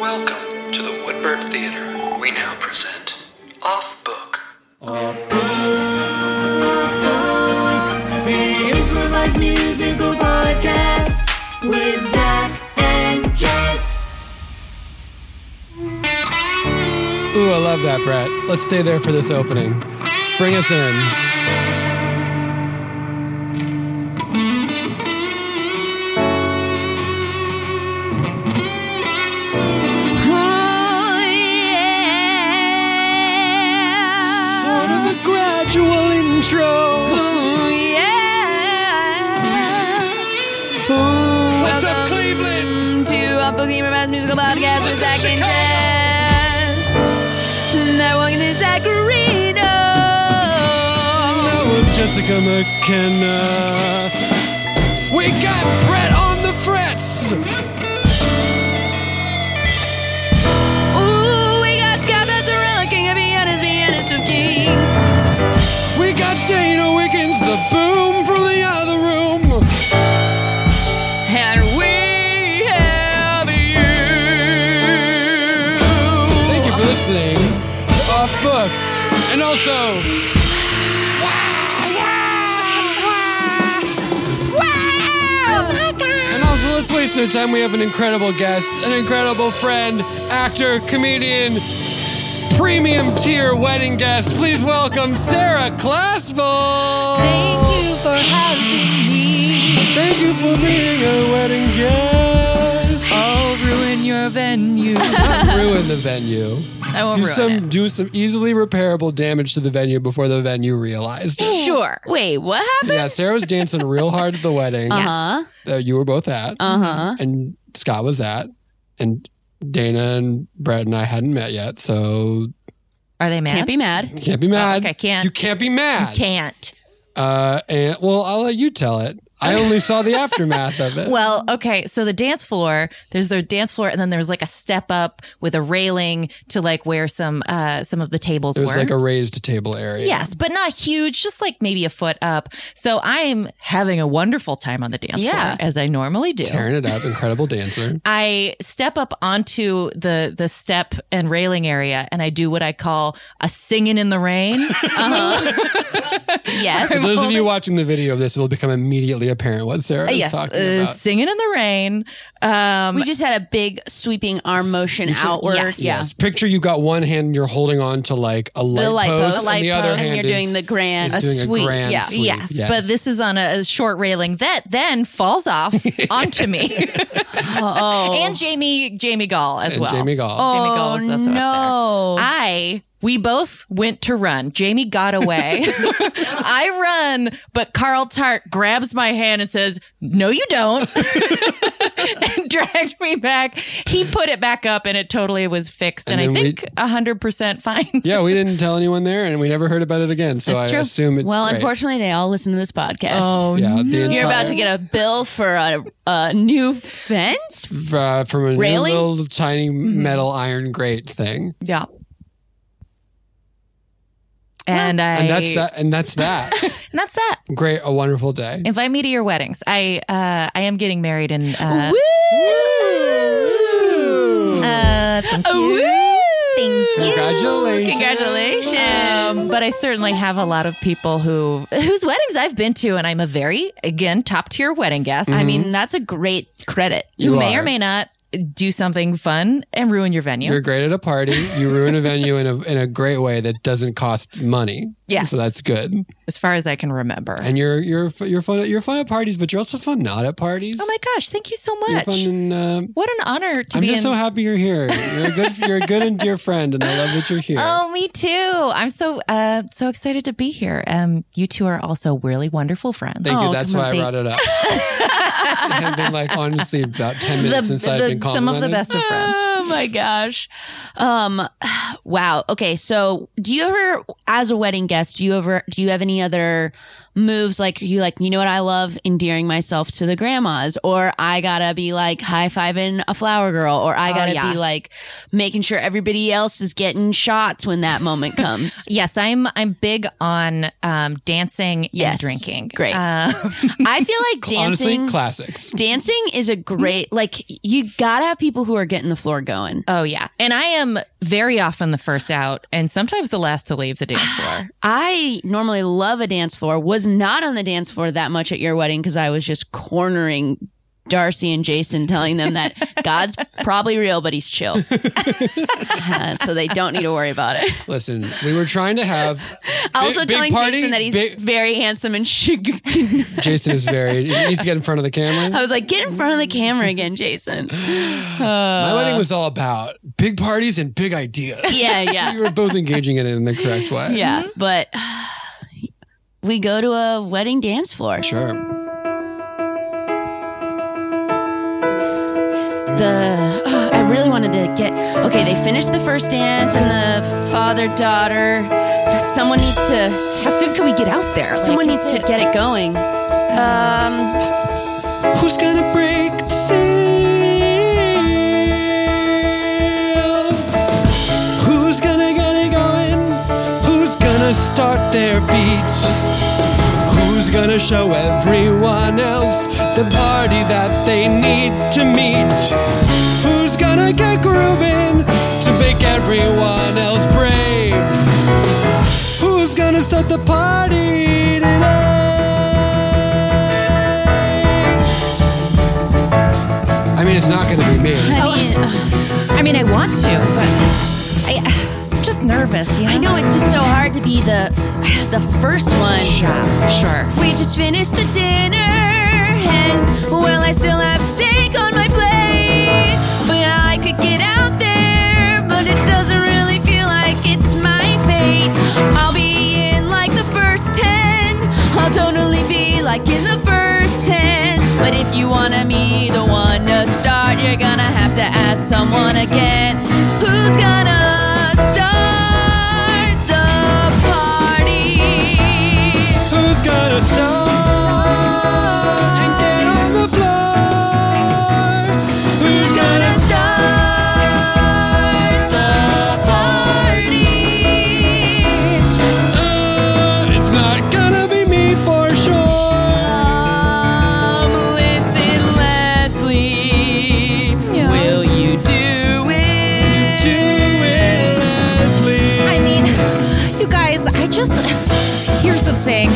Welcome to the Woodbird Theater. We now present Off Book. The improvised musical podcast with Zach and Jess. Ooh, I love that, Brett. Let's stay there for this opening. Bring us in. Oh yeah, Sort of a gradual intro. oh yeah. Oh, What's up, welcome Cleveland? to our Boogie Improvised Musical Podcast with Zach and Jess. Now welcome to Zacharino. Now with Jessica McKenna. We got Brett on the frets. Ooh, we got Scott Passarella, King of Vienna's Vienna's of Kings. We got Dana Wiggins, the boom from the other room. And we have you. Thank you for listening to Off Book. And also, Wow! And also, let's waste no time. We have an incredible guest, an incredible friend, actor, comedian, premium tier wedding guest. Please welcome Sarah Classville. Thank you for having me. Thank you for being a wedding guest. I'll ruin your venue. ruin the venue. I won't Do ruin some it. do some easily repairable damage to the venue before the venue realized. Sure. Wait, what happened? yeah, Sarah was dancing real hard at the wedding. Uh huh. that you were both at, uh-huh. and Scott was at, and Dana and Brett and I hadn't met yet, so Are they mad? Can't be mad. can't be mad. okay, can't. You can't be mad. Can't. Uh, and well, I'll let you tell it. I only saw the aftermath of it. Well, okay. So the dance floor, there's the dance floor, and then there's like a step up with a railing to like where some uh some of the tables it was were. like a raised table area. Yes, but not huge, just like maybe a foot up. So I'm having a wonderful time on the dance Yeah. floor as I normally do. tearing it up. Incredible dancer. I step up onto the the step and railing area, and I do what I call a singing in the rain. Yes. For those of you watching the video of this, it will become immediately apparent what Sarah is yes, talking uh, about. singing in the rain. Um, We just had a big sweeping arm motion outward. yes. Yeah. Yes. Picture you got one hand and you're holding on to like a light, The light post, post. The and light the other post. hand And you're is- doing the grand, is doing a sweep. grand yeah. sweep. Yes, but this is on a, a short railing that then falls off onto me Oh. and Jamie Jamie Gall as and well. Jamie Gall. Jamie Gall oh, was also up no. I we both went to run. Jamie got away. I run, but Carl Tart grabs my hand and says, "No, you don't," and dragged me back. He put it back up, and it totally was fixed. And And, then I we- think hundred percent fine. Yeah, we didn't tell anyone there, and we never heard about it again. So That's I true. assume it's well, great. unfortunately, they all listen to this podcast. Oh Yeah, the entire, You're about to get a bill for a, a new fence. uh, from a new Railing? little tiny metal iron grate thing, Yeah. And I and that's that. And that's that. and that's that. great, a wonderful day. Invite me to your weddings. I uh I am getting married in uh, uh thank you. Thank you. Congratulations. Congratulations. Um, but I certainly have a lot of people who whose weddings I've been to and I'm a very again top tier wedding guest. I mean, that's a great credit. Mm-hmm. You may are. or may not do something fun and ruin your venue. You're great at a party. You ruin a venue in a in a great way that doesn't cost money. Yes. so that's good. as far as I can remember. And you're you're f- you're fun. You're fun at parties, but you're also fun not at parties. oh my gosh, thank you so You're much. fun and, um, What an honor to I'm be just in. so happy you're here. You're a good, you're a good and dear friend, and I love that you're here. Oh, me too. I'm so uh, so excited to be here. Um, you two are also really wonderful friends. Thank you. Oh, That's come on, why I thank- brought it up. I've been like honestly about ten minutes since I've been some of Oh, the complimented. best of friends. Oh my gosh. Um wow. Okay, so do you ever as a wedding guest, do you ever do you have any other moves like you like, you know what I love? Endearing myself to the grandmas or I gotta be like high fiving a flower girl or I gotta yeah. be like making sure everybody else is getting shots when that moment comes. Yes, I'm. I'm big on um, dancing and Yes. drinking. Great. Um, I feel like dancing Honestly, classics. dancing is a great like you gotta have people who are getting the floor going. oh yeah, and I am very often the first out, and sometimes the last to leave the dance floor. I normally love a dance floor. Was not on the dance floor that much at your wedding because I was just cornering Darcy and Jason, telling them that God's probably real, but he's chill, Uh, so they don't need to worry about it. Listen, we were trying to have. Also big telling party, Jason that he's big- very handsome and should. Jason is very. He needs to get in front of the camera. I was like, get in front of the camera again, Jason. My wedding was all about big parties and big ideas. Uh. Yeah, So yeah, you were both engaging in it in the correct way. yeah. But we go to a wedding dance floor. Sure. the oh, I really wanted to get okay. They finished the first dance and the father daughter. Someone needs to How soon can we get out there? someone needs to get it going. Um, Who's gonna break the seal? Who's gonna get it going? Who's gonna start their beat? Who's gonna show everyone else the party that they need to meet? Who's gonna get grooving to make everyone else brave? Who's gonna start the party today? I mean, it's not gonna be me. I mean, Oh. I mean, I want to, but I, I'm just nervous. You know? I know it's just so hard to be the the first one. Yeah, sure. We just finished the dinner, and well, I still have steak on my plate. But I could get out there, but it doesn't really feel like it's my fate. I'll be in like the first 10. I'll totally be like in the first 10. But if you wanna be the one to start, you're gonna have to ask someone again. Who's gonna start the party? Who's gonna start and get on the floor? Who's gonna start the party? Uh, it's not gonna be me for sure. Come listen, Leslie. Will you do it? Do it, Leslie. I mean, you guys, I just. Here's the thing.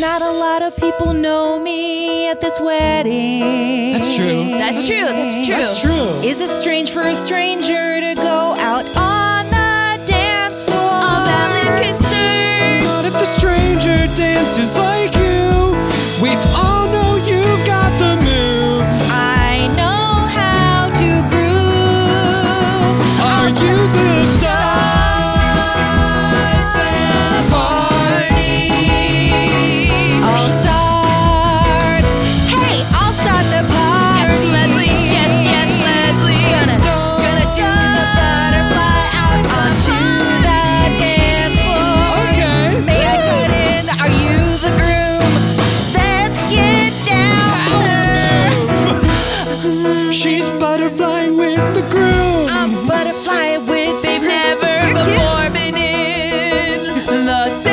Not a lot of people know me at this wedding. That's true. That's true. That's true. That's true. Is it strange for a stranger to go out on the dance floor? A valid concern. Not if the stranger dances like you. We all know you got the moves. Uh-huh. I know how to groove. Are you gonna start the party? I'll start. Hey, I'll start the party. Yes, Leslie. Yes, yes, Leslie. Gonna- Gonna do the Uh-huh.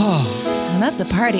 Oh. party.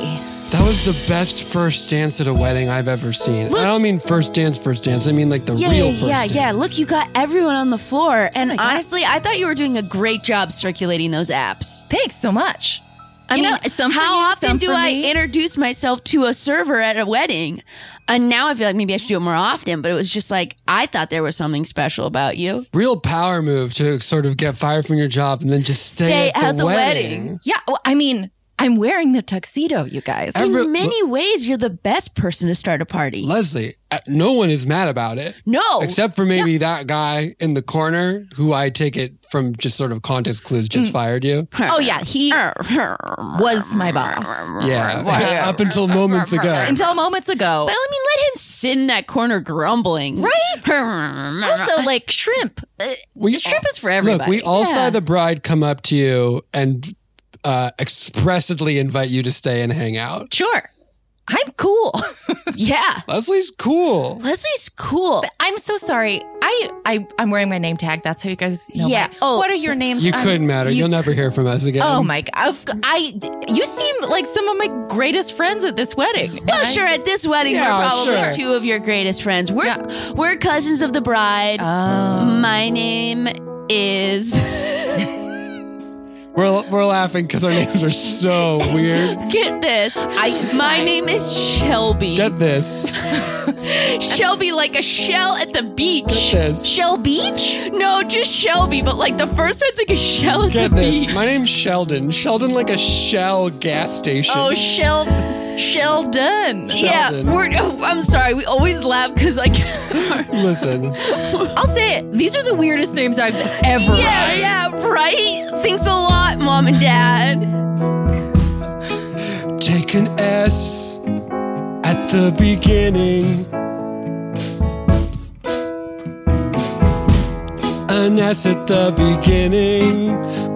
That was the best first dance at a wedding I've ever seen. Look- I don't mean first dance, first dance. I mean like the Yeah, real yeah, first yeah, dance. yeah. Look, you got everyone on the floor. And my God. honestly, I thought you were doing a great job circulating those apps. Thanks so much. I You mean, know, some for how you, often some do for I me. introduce myself to a server at a wedding? And now I feel like maybe I should do it more often, but it was just like, I thought there was something special about you. Real power move to sort of get fired from your job and then just stay, Stay at, the, wedding. Yeah, well, I mean, I'm wearing the tuxedo, you guys. I re- In many ways, you're the best person to start a party. Leslie, uh, no one is mad about it. no. Except for maybe that guy in the corner who I take it from just sort of context clues just fired you. Oh yeah, he was my boss Yeah. Up until moments ago. until moments ago. but I mean, let him sit in that corner grumbling. Right? also, like shrimp, Uh, We shrimp is for Look, everybody. we all saw the bride come up to you and uh, expressly invite you to stay and hang out. sure, I'm cool. yeah. Leslie's cool. Leslie's cool. I'm so sorry. I, I I'm wearing my name tag. That's how you guys know. Yeah. my- Oh, what are so- your names? You um, I'm- couldn't matter. you- You, will never hear from us again. Oh my god! I you seem like some of my greatest friends at this wedding. And Well, I- sure. At this wedding, we're Yeah, probably sure. two of your greatest friends. We're we're cousins of the bride. Uh. Oh. My name is. We're, we're laughing because our names are so weird. Get this. my name is Shelby. Get this. Shelby, like a shell at the beach. Get this. Shell Beach. No, just Shelby, but like the first one's like a shell at Get the this. beach. My name's Sheldon. Sheldon, like a shell gas station. Oh, Shell Sheldon. yeah, Sheldon. we're. Oh, I'm sorry. We always laugh because like. Listen. I'll say it. These are the weirdest names I've ever. yeah, yeah, right. Thanks a lot, mom and dad. Take an S at the beginning. An S at the beginning.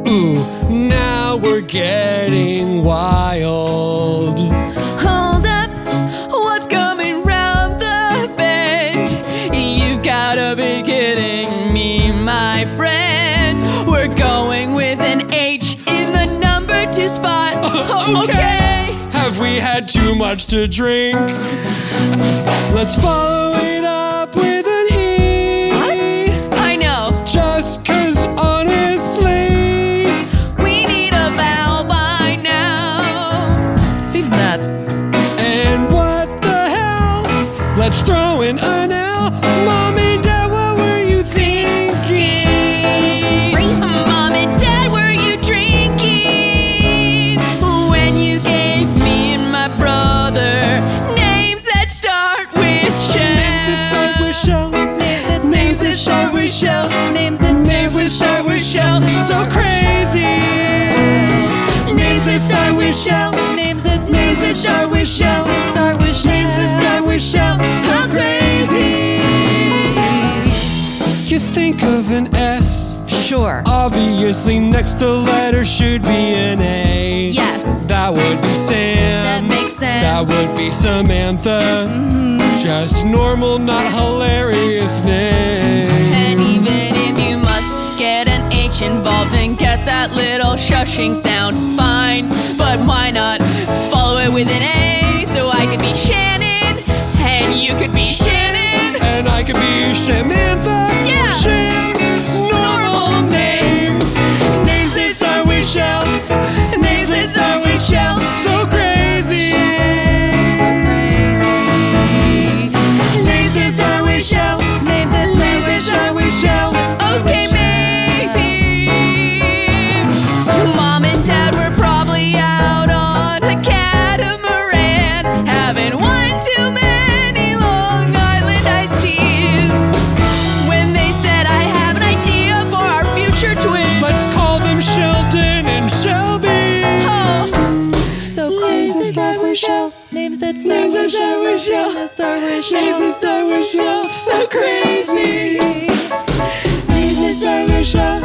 Ooh, now we're getting wild. Hold up, what's coming round the bend? You've gotta be kidding me, my friend. We're going with an H in the number two spot. Oh, okay. Have we had too much to drink? Let's follow it up with an E. What? I know. Just cause honestly. We need a vowel by now. Seems nuts. And what the hell? Let's throw in an L. Mom and Dad, what were you thinking? Mom and Dad, were you drinking when you gave me and my brother names that start with Start with Shell? shell. Names that start with shell. Names that start with shell. So crazy. Names that start with shell. Names that names that start with shell. Start with shell. Names that start with shell. So crazy. You think of an S. Sure. Obviously, next the letter should be an A. Yes. That would be Sam. That makes sense. That would be Samantha. Just normal, not hilarious name. And even if you must get an H involved and get that little shushing sound, fine. But why not follow it with an A so I could be Shannon and you could be Shannon? And I could be Samantha. Yeah. Sham. Normal names. Names that start with shell. Names that start with Shell. So crazy. Names that start with shell. Names that start with shell. Okay, maybe. Mom and dad were probably out on a catamaran, having one too many Long Island iced teas. When they said, I have an idea for our future twins. Let's call them Sheldon and Shelby. Oh, So crazy. Names that start with Shell. Names that start with Shell. Names that start with Shell. So crazy. Names that start with Shell.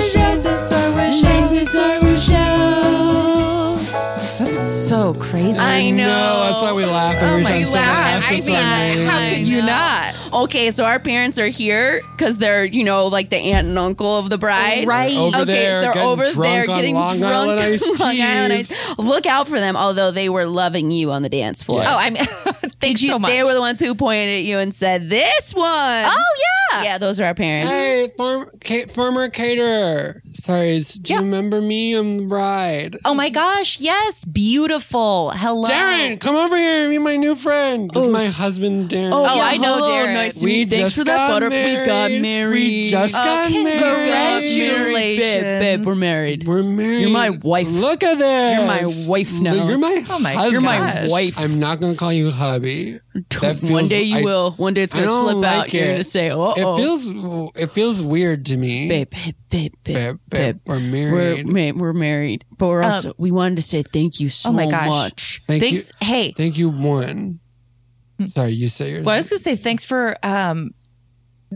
Names that start with Shell. Names that start with Shell. Names that start with Shell. That's so crazy. I know. No, that's why we laugh every time someone Oh God, laughs I at something. mean, how could you not? okay, so our parents are here because they're, you know, like the aunt and uncle of the bride. Right. Over okay, there, so they're getting over drunk there on getting Long drunk Island on iced Long Island teas. Ice- Look out for them, although they were loving you on the dance floor. Oh, I mean, thanks you, so much. They were the ones who pointed at you and said, "This one." oh yeah. yeah, those are our parents. Hey, farm, ca- farmer caterer. Sorry, is- do you remember me? I'm the bride. Oh my gosh, yes, beautiful. Hello, Darren, come over here and meet my new friend. It's my husband, Darren. Oh, yeah, I know, hello, Darren. Nice to meet we you. Thanks just for that got butter. married. We got married. Uh, We just got married. Congratulations, babe. We're married. We're married. You're my wife. Look at this. You're my wife now. You're my Oh my- husband. you're my wife. I'm not gonna call you hubby. That One feels- day you I- will. One day it's I gonna don't slip like out. You're it. gonna say, "Oh, It feels it feels weird to me. babe, babe, babe, babe, Babe, babe, we're We're married. ma- we're married, but we're also we wanted to say thank you so Um, Oh my gosh. much. Thank Thanks. you. Hey, Thank you. One. Hmm. Sorry, you say yours. well, I was gonna say thanks for um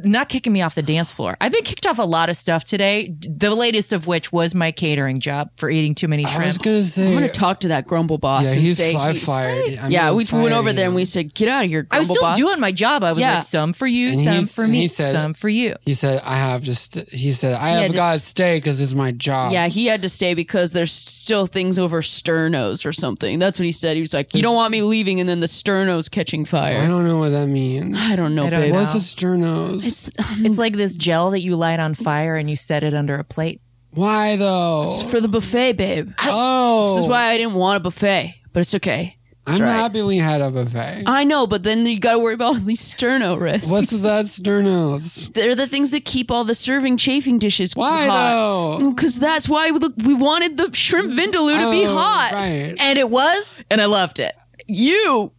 not kicking me off the dance floor. I've been kicked off a lot of stuff today. The latest of which was my catering job for eating too many I was shrimp. gonna say. I'm gonna talk to that grumble boss yeah, and he's say, fly he's- fired. I'm yeah, gonna we fire went over there and you. we said, get out of here, grumble I was still boss. doing my job. I was Yeah. like, some for you, And some he's- for and me, he said- some for you. He said, "I have just." He said, "I Yeah, have just- got to stay because it's my job." Yeah, he had to stay because there's still things over sternos or something. That's what he said. He was like, "You don't want me leaving," and then the sternos catching fire. I don't know what that means. I don't know, I don't babe. know. What's a sternos? It's like this gel that you light on fire and you set it under a plate. Why though? It's for the buffet, babe. oh, This is why I didn't want a buffet, but it's okay. I'm right. happy we had a buffet. I know, but then you got to worry about all these sterno risks. What's that sternos? They're the things that keep all the serving chafing dishes Why hot. though? Because that's why we, look, we wanted the shrimp vindaloo to be Oh, hot. Right. And it was, and I loved it. You,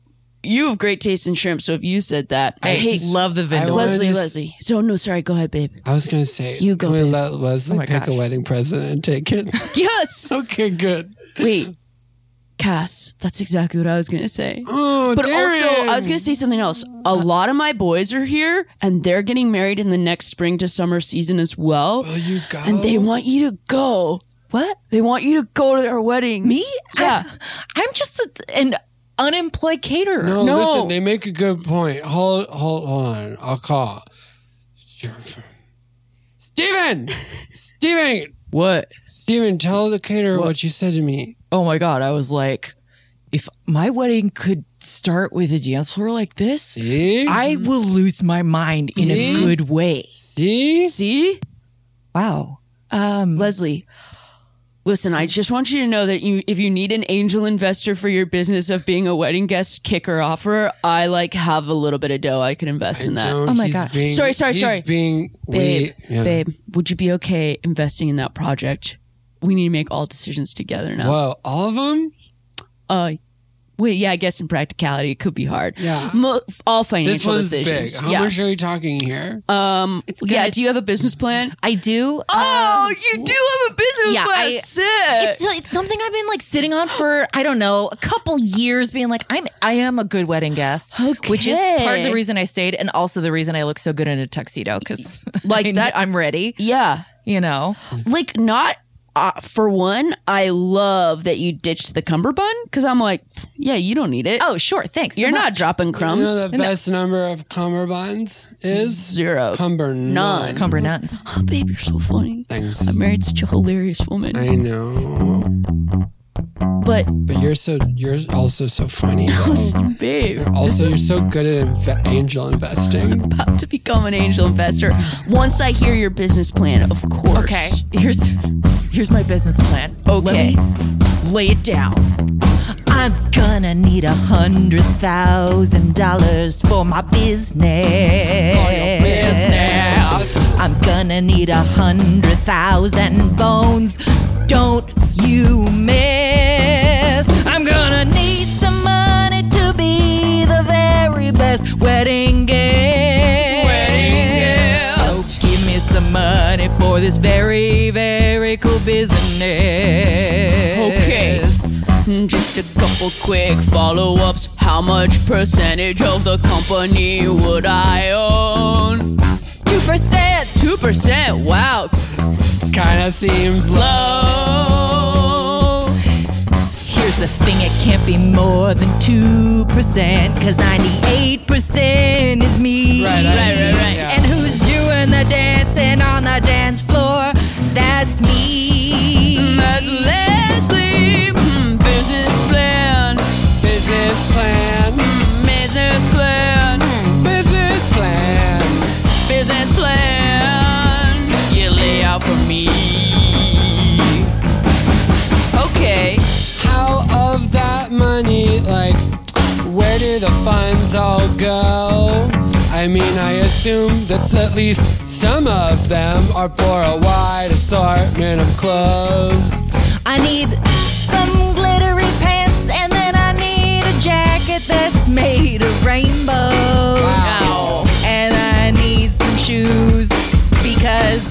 you have great taste in shrimp. So if you said that, I I hate love the I vendor. wanna Leslie. just- Leslie. So no, sorry. Go ahead, babe. I was gonna say, You go, Oh Can we babe. let Leslie my pick gosh. a wedding present and take it? Yes. okay, good. Wait, Cass. That's exactly what I was gonna say. Oh, But Darren. also, I was going to say something else. A lot of my boys are here, and they're getting married in the next spring to summer season as well. Will Oh, you go? And they want you to go. What? They want you to go to their weddings. Me? Yeah. I'm just a, an unemployed caterer. No, No. listen, they make a good point. Hold, hold, hold on. I'll call. Steven! Steven! What? Steven, tell the caterer what? you said to me. Oh my god! I was like, if my wedding could start with a dance floor like this, See? I will lose my mind in a See? good way. See? See? Wow. Um. Leslie, listen, I just want you to know that you, if you need an angel investor for your business of being a wedding guest kicker offerer, I like have a little bit of dough I can invest in that. Don't- Oh my he's gosh. being- Sorry, sorry, he's sorry. being Babe, way- yeah. babe, would you be okay investing in that project? We need to make all decisions together now. Whoa, all of them? uh wait yeah i guess in practicality it could be hard Yeah. Mo- all financial This one's decisions big. How yeah much are we talking here? um yeah do you have a business plan I do. oh you do have a business Yeah, plan I- Sick. it's, it's something I've been like sitting on for I don't know a couple years, being like I'm I am a good wedding guest, which is part of the Okay. reason I stayed, and also the reason I look so good in a tuxedo because Like that- I'm ready, yeah you know. like not uh, for one i love that you ditched the cummerbund because i'm like yeah you don't need it Oh sure, thanks. so you're not much. dropping You crumbs know the best number of cummerbunds is? zero Cumber None. none. Cumber nuts. oh babe you're so funny Thanks. i married such a hilarious woman I know. but But you're so you're also so funny. babe Also, you're so good at inve- angel investing. about to become an angel investor once I hear your business plan, of course. Okay, here's here's my business plan. Okay. Let me lay it down. I'm gonna need a hundred thousand dollars for my business. For your business. I'm gonna need a hundred thousand bones. Don't you miss? I'm gonna need some money to be the very best wedding guest. Wedding guest. So give me some money for this very, very cool business. Okay. Mm, Just a couple quick follow ups. How much percentage of the company would I own? 2%. 2%. Wow. Kind of seems low. Low. Here's the thing it can't be more than 2%, because 98% is me. Right, I- Right, right, right. yeah. And who's doing the dancing on the dance floor? That's me. That's Leslie. Mm, business plan. Business plan. Business plan. Business plan. Business plan. You lay out for me. Okay. How of that money, like, where do the funds all go? I mean, I assume that's at least some of them are for a wide assortment of clothes. I need some glittery pants, and then I need a jacket that's made of rainbow. Wow. And I need some shoes because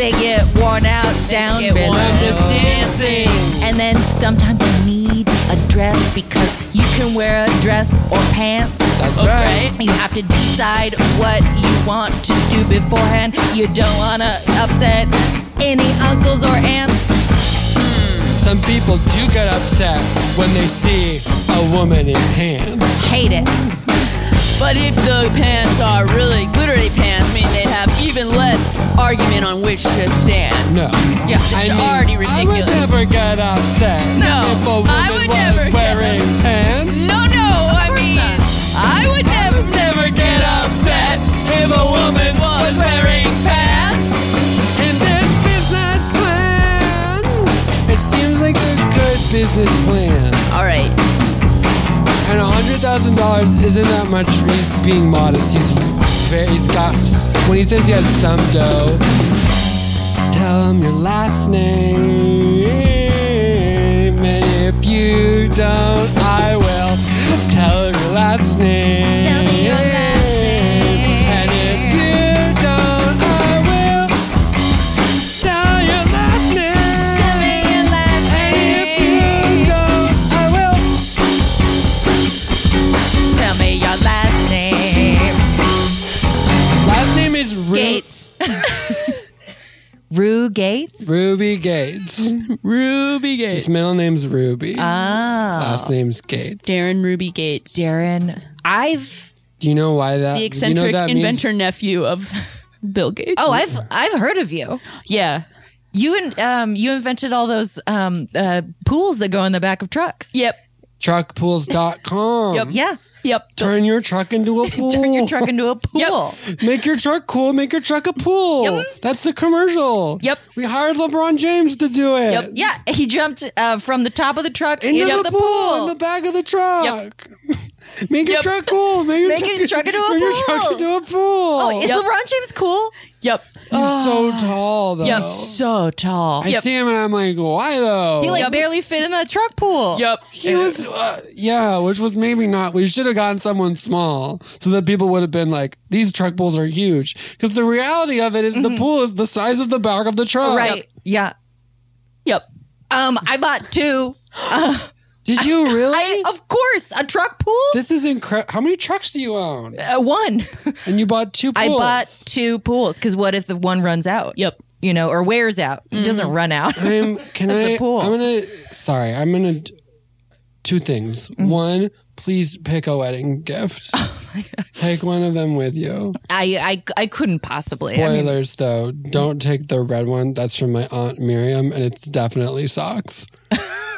they get worn out down get below. worn out dancing. And then sometimes I need a dress because you can wear a dress or pants. That's Okay. right. You have to decide what you want to do beforehand. You don't want to upset any uncles or aunts. Some people do get upset when they see a woman in pants. Hate it. But if the pants are really glittery pants, I mean they'd have even less argument on which to stand. No. Yeah, it's I mean, already I would ridiculous. never get upset No, if a woman I would was never get wearing pants. no, no, I mean, I would never, Never get upset if a woman was wearing pants. And this business plan, it seems like a good business plan. All right. And hundred thousand dollars isn't that much. He's being modest. He's very, he's got when he says he has some dough. Tell him your last name, and if you don't, I will tell him your last name. Tell me your last name. And if you don't, I will tell your last name. Tell me your last And if you name. don't, I will. Tell me your last name. Last name is Ru- Gates. Rue Gates? Ruby Gates. Ruby His Gates. middle name's Ruby. Ah. Last name's Gates. Darren Ruby Gates. Darren. I've Do you know why that? The you know eccentric what that inventor Means? nephew of Bill Gates. Oh, I've I've heard of you. yeah. You and um you invented all those um uh pools that go in the back of trucks. Yep. Truckpools.com. Yep. Yeah. Yep. Turn your truck into a pool. Turn your truck into a pool. Make your truck cool. Make your truck a pool. That's the commercial. Yep. We hired LeBron James to do it. Yep. Yeah, he jumped uh, from the top of the truck Into the, the pool, in the back of the truck. Make your Yep. truck cool. Make your Make your truck into a turn Your truck pool. into a pool. Oh, is Yep. LeBron James cool? Yep. He's so tall though. Yep. So tall. I see him and I'm like, why though? He like Yep. barely fit in that truck pool. Yep. He was, uh, yeah, which was maybe not. We should have gotten someone small so that people would have been like, these truck pools are huge. Because the reality of it is the pool is the size of the back of the truck. Mm-hmm. Right. Yeah. Yep. Um, I bought two. Did you really? I of course a truck pool. this is incredible. How many trucks do you own? uh, one. And you bought two I pools. bought two pools because what if the one runs out? Yep. You know, or wears out. It doesn't run out. I'm, can That's I? a pool. I'm gonna. Sorry, I'm gonna. d- Two things. Mm-hmm. One, please pick a wedding gift. Oh Take one of them with you. I, I I couldn't possibly. I mean, Spoilers though, don't take the red one. That's from my aunt Miriam, and it's definitely socks.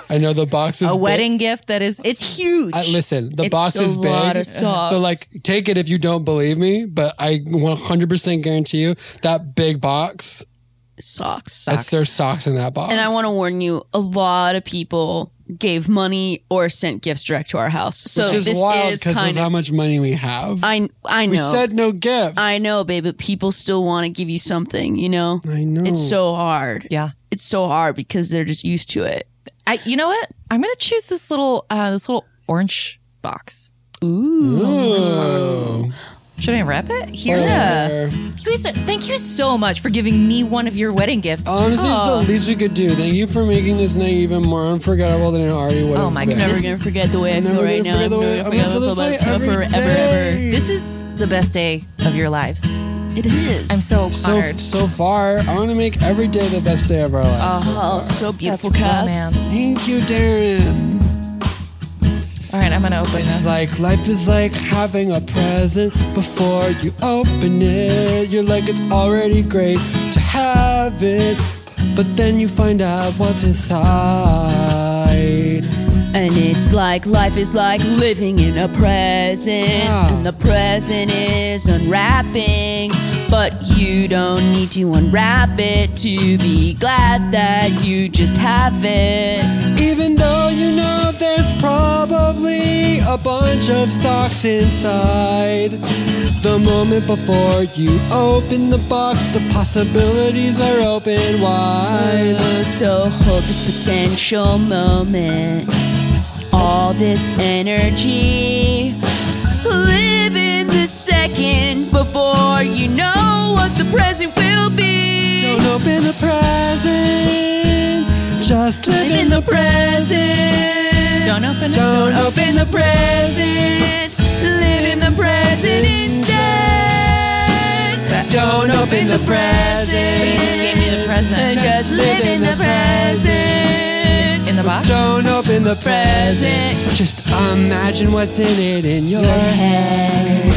I know the box is a big. wedding gift that is it's huge. I, listen, the box a is big. lot of So socks. like, take it if you don't believe me, but I 100% guarantee you that big box. Socks. That's their socks in that box. And I want to warn you, a lot of people gave money or sent gifts direct to our house. So which is this wild is because of kind how of much money we have. I I know. we said no gifts. I know, babe, but people still want to give you something, you know? I know. It's so hard. yeah. It's so hard because they're just used to it. I you know what? I'm gonna choose this little uh this little orange box. Mm. Ooh. Should I wrap it here? Oh. Yeah. You guys, thank you so much for giving me one of your wedding gifts. Honestly, it's the least we could do. Thank you for making this night even more unforgettable than it already would Oh have my been. goodness. Never This gonna is- forget the way I Never feel right gonna now. forget the way- never I'm forget how I gonna feel feel this way about myself every forever, ever. day. this is the best day of your lives. It is. I'm so So honored. so far, I want to make every day the best day of our lives. oh, so beautiful, That's Cass. romance. Thank you, Darren. All right, I'm gonna open It's this. like life is like having a present before you open it. You're like, it's already great to have it, but then you find out what's inside. And it's like life is like living in a present. Yeah. And the present is unwrapping. But you don't need to unwrap it to be glad that you just have it. Even though you know there's probably a bunch of socks inside. The moment before you open the box, the possibilities are open wide. Oh, So hold this potential moment, all this energy. Live in the second before you know what the present will be. Don't open the present, just live in the present. Don't open it. Don't open the present, Live in the present instead. don't open the present. Give me the And present. Just live in the present. In the box? Don't open the present, just imagine what's in it in your head.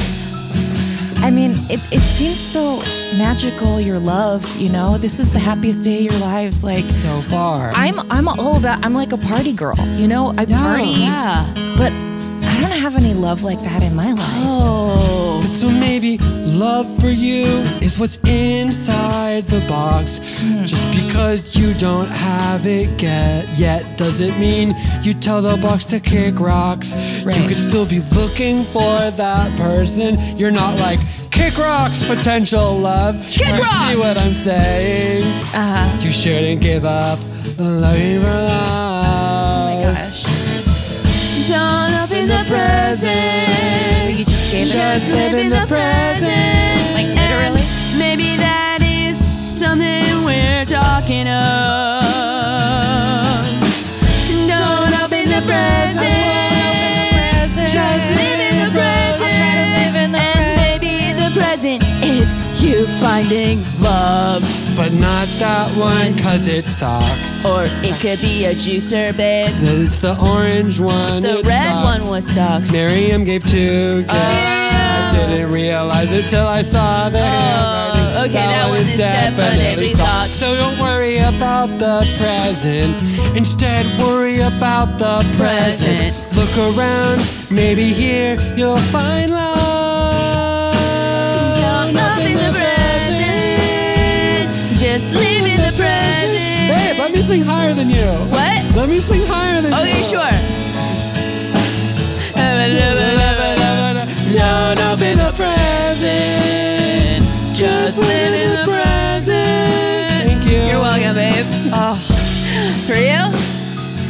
I mean, it, it seems so magical, your love, you know? This is the happiest day of your lives. Like, So far. I'm I'm all about I'm like a party girl, you know? I Yeah. party, Yeah. but I don't have any love like that in my life. Oh. But so maybe love for you is what's inside the box. Just because you don't have it get yet doesn't mean you tell the box to kick rocks. You Right. could still be looking for that person. You're not like kick rocks potential love. Kick rocks! See what I'm saying? Uh-huh. You shouldn't give up loving for life. Gosh. Don't open the present. You just gave it Just live in the present. like literally. And maybe that is something we're talking of. Don't open the present. Just Live in the present. And maybe the present is you finding love. But not that one, cause it sucks. Or it could be a juicer, babe. That It's the orange one. The it red sucks. one was Oh. socks. Miriam gave two gifts. I didn't realize it till I saw the handwriting. Oh, okay, that one is definitely sucks. sucks. So don't worry about the present. Instead, worry about the present. Present. Look around, maybe here you'll find love. Don't open the present. Just live in the present. Babe, let me sing higher than you. What? Oh, Let me sing higher than you. Okay, sure. Don't open the present. Just live in the present. Thank you. You're welcome, babe. Oh, for real?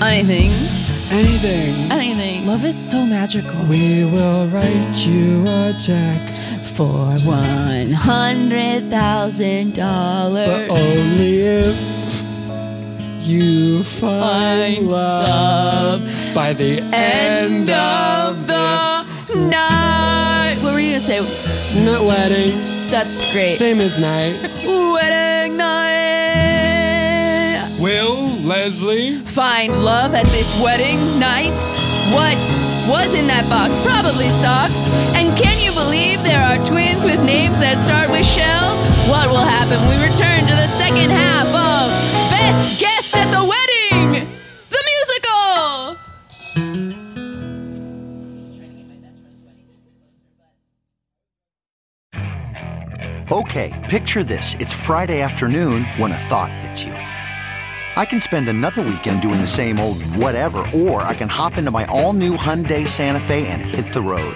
Anything. Anything. Anything. Love is so magical. We will write you a check, For one hundred thousand but dollars. only if you find love by the end of the night. What were you gonna say? Not wedding. That's great. Same as night. Wedding night. Will Leslie? Find love at this wedding night. What was in that box? Probably socks. And can you believe there are twins with names that start with shell? What will happen? We return to the second half of Best Guest at the Wedding, the musical. Okay, picture this. It's Friday afternoon when a thought hits you. I can spend another weekend doing the same old whatever, or I can hop into my all new Hyundai Santa Fe and hit the road.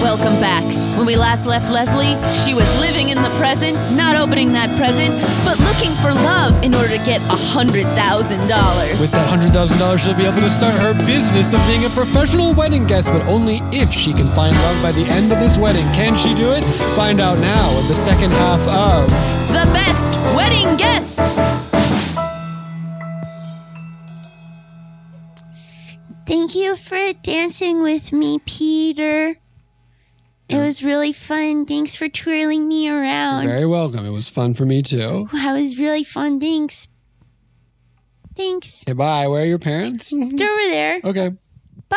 Welcome back. When we last left Leslie, she was living in the present, not opening that present, but looking for love in order to get $100,000. With that $100,000, she'll be able to start her business of being a professional wedding guest, but only if she can find love by the end of this wedding. Can she do it? Find out now in the second half of. The best wedding guest! Thank you for dancing with me, Peter. It was really fun. Thanks for twirling me around. Very welcome. It was fun for me too. That was really fun. Thanks. Thanks. Okay, bye. Where are your parents? They're over there. okay. Bye.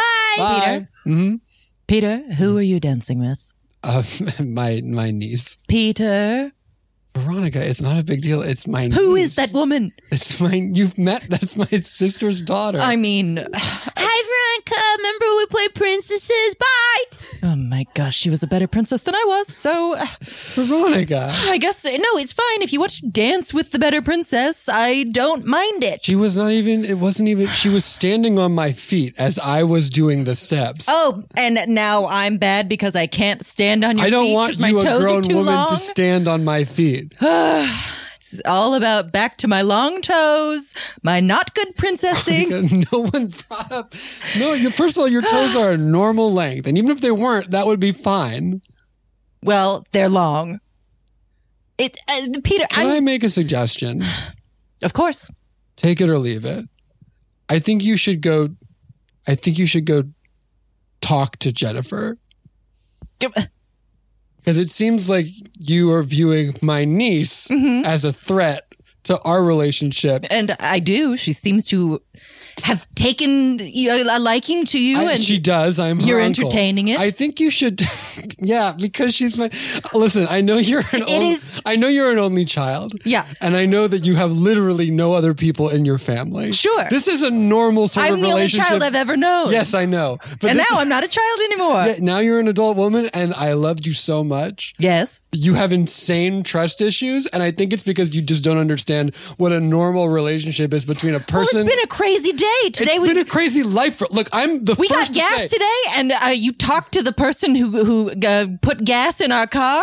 Bye. Peter, who are you dancing with? Uh, my my niece Peter, Veronica. It's not a big deal. It's my who niece. is that woman? It's my you've met. That's my sister's daughter. I mean, Hi, Veronica. Remember we played princesses? Bye. oh my gosh, she was a better princess than I was. So uh, Veronica. I guess no, it's fine if you watch Dance with the Better Princess. I don't mind it. She was not even. It wasn't even. She was standing on my feet as I was doing the steps. Oh, and now I'm bad because I can't stand on your I don't feet want 'cause my you, a toes are grown too woman, long. to stand on my feet. It's all about back to my long toes, my not good princessing. no one brought up. No, you, first of all, your toes are a normal length, and even if they weren't, that would be fine. well, they're long. It, uh, Peter, Can I I'm, make a suggestion? of course. Take it or leave it. I think you should go. I think you should go talk to Jennifer because it seems like you are viewing my niece Mm-hmm. as a threat to our relationship. And I do. She seems to have taken you- a liking to you, I- and she does. I'm. her you're uncle. entertaining it? I think you should. yeah, because she's my. Listen, I know you're an. on- is- I know you're an only child. Yeah. and I know that you have literally no other people in your family. Sure. This is a normal sort I'm of the only relationship. child I've ever known. Yes, I know. But and this- now I'm not a child anymore. yeah, now you're an adult woman, and I loved you so much. Yes. You have insane trust issues, and I think it's because you just don't understand what a normal relationship is between a Well, it's person. been a crazy day today. It's we been a crazy life. For, look, I'm the we first got gas to say, today, and uh, you talked to the person who who uh, put gas in our car.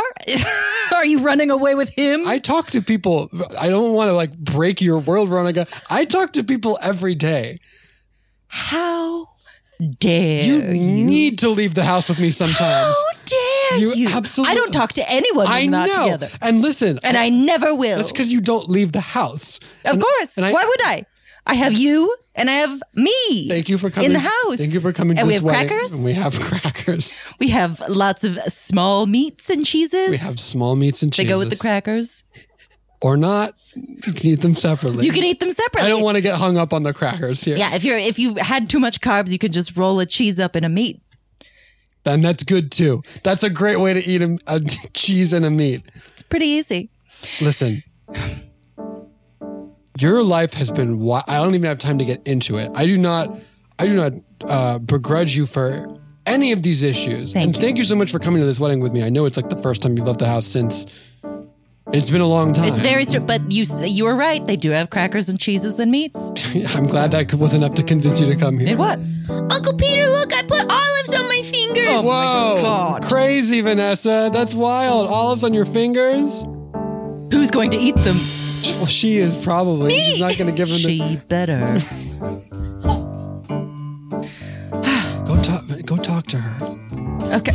Are you running away with him? I talk to people. I don't want to like break your world, Veronica. I talk to people every day. How dare You Oh, you? need to leave the house with me sometimes. How dare You you? absolute- I don't talk to anyone I who's know. not together, And listen, and I never will. that's because you don't leave the house. Of course. and I- Why would I? I have you and I have me. Thank you for coming in the house. Thank you for coming. to And we this have wedding. crackers. And we have crackers. We have lots of small meats and cheeses. We have small meats and They cheese. go with the crackers. or not. You can eat them separately. You can eat them separately. I don't want to get hung up on the crackers here. Yeah, if you're if you had too much carbs, you could just roll a cheese up in a meat. and that's good too. That's a great way to eat a, a cheese and a meat. It's pretty easy. Listen, your life has been. Wi- I don't even have time to get into it. I do not. I do not uh, begrudge you for any of these issues. Thank and you. thank you so much for coming to this wedding with me. I know it's like the first time you've left the house since. It's been a long time. It's very str- but you s- you were right. They do have crackers and cheeses and meats. I'm glad that was enough to convince you to come here. It was. Uncle Peter, look, I put olives on my fingers. Oh Whoa! Crazy, Vanessa. That's wild. Olives on your fingers. Who's going to eat them? Well, she is probably. She's not going to give him. the- She better. Go talk. Go talk to her. Okay.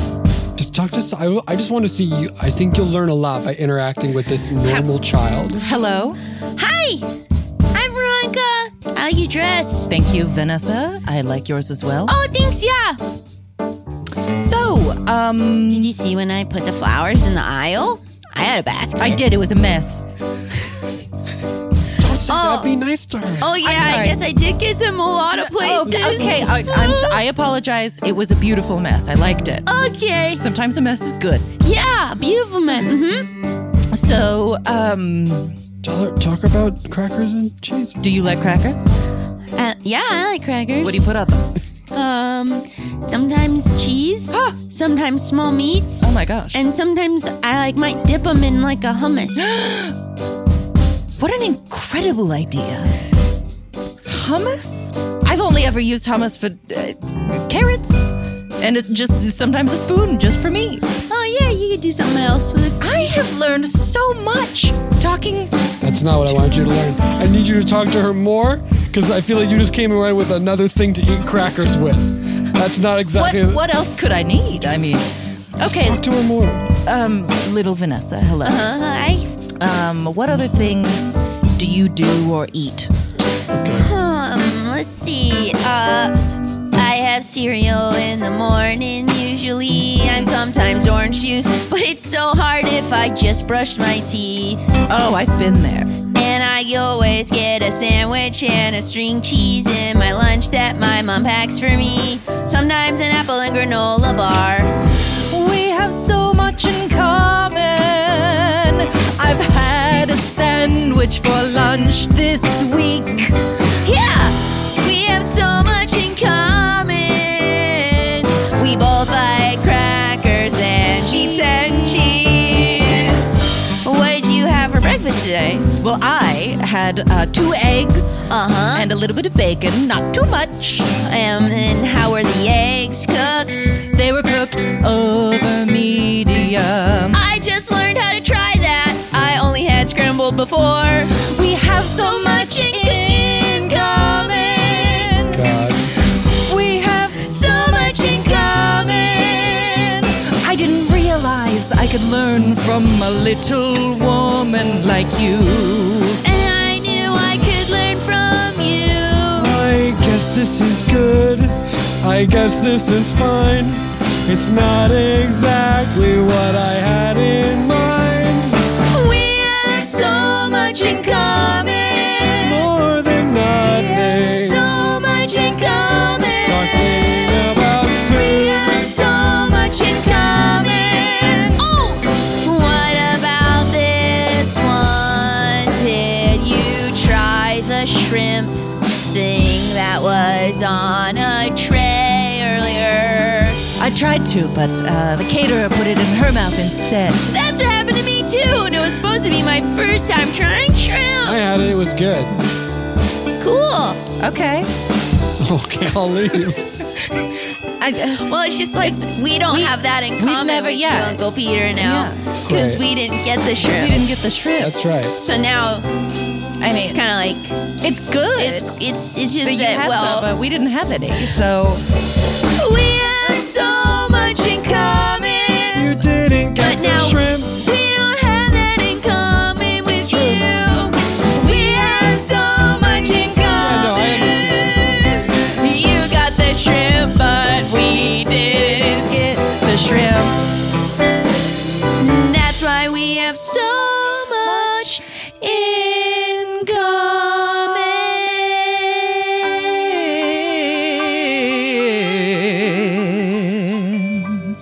Just talk to. Si- I, I just want to see you. I think you'll learn a lot by interacting with this normal oh. child. Hello. Hi. Hi, Veronica. I like your dress. Thank you, Vanessa. I like yours as well. Oh, Oh, thanks. Yeah. So, um, Did you see when I put the flowers in the aisle? I had a basket. I did. It was a mess. Lucy, that'd be nice to her. Oh yeah, I sorry. guess I did get them a lot of Oh, places. Okay, okay, I, I'm, s- I apologize. It was a beautiful mess. I liked it. Okay. Sometimes a mess is good. Yeah, beautiful mess. Mm-hmm. So, um, Tell her- Talk about crackers and cheese. do you like crackers? Uh, yeah, I like crackers. What do you put on them? Um, sometimes cheese, Ah! sometimes small meats, Oh my gosh! and sometimes I like might dip them in like a hummus. what an incredible idea! Hummus? I've only ever used hummus for uh, carrots, and it just sometimes a spoon just for me. oh yeah, you could do something else with it. I have learned so much talking. That's not what I wanted you to learn. I need you to talk to her more because I feel like you just came away with another thing to eat crackers with. That's not What exactly. what else could I need? I mean, okay, Talk to her more. um, little Vanessa, hello. Uh, I Um, what other things do you do or eat? Um, let's see. Uh, I have cereal in the morning usually, and sometimes orange juice. But it's so hard if I just brush my teeth. Oh, I've been there. And I always get a sandwich and a string cheese in my lunch that my mom packs for me. Sometimes an apple and granola bar. We have so much in common. I've had a sandwich for lunch this week. Yeah, we have so much in common. We both like crackers and sheets and cheese. What did you have for breakfast today? Well, I had uh, two eggs Uh huh. and a little bit of bacon, not too much. Um, and how were the eggs cooked? They were cooked over medium. I just learned how to try that. I only had scrambled before. We have so much in common. We have so much in common. I didn't realize I could learn from a little woman like you. And I knew I could learn from you. I guess this is good. I guess this is fine. It's not exactly what I had in mind. We have so much in It's common. more than nothing. So much in Talking common. about We food. have so much in common. Oh, what about this one? Did you try the shrimp thing that was on a tray earlier? I tried to, but uh, the caterer put it in her mouth instead. That's what happened to me too, and it was supposed to be my first time trying I shrimp. had it. It was good. Cool. Okay. Okay, I'll leave. I, uh, Well, it's just like we don't have that in common. never- with yeah. you, Uncle Peter now because Great. we didn't get the shrimp. we didn't get the shrimp. That's right. so now I mean, it's kind of like it's good. it's it's it's that just you that had well. some, but we didn't have any. So We have so much in common. You didn't get But the now- shrimp. We don't have that in common with you. We have so much in no, I common. You got the shrimp, but we didn't get the shrimp. That's why we have so much in common.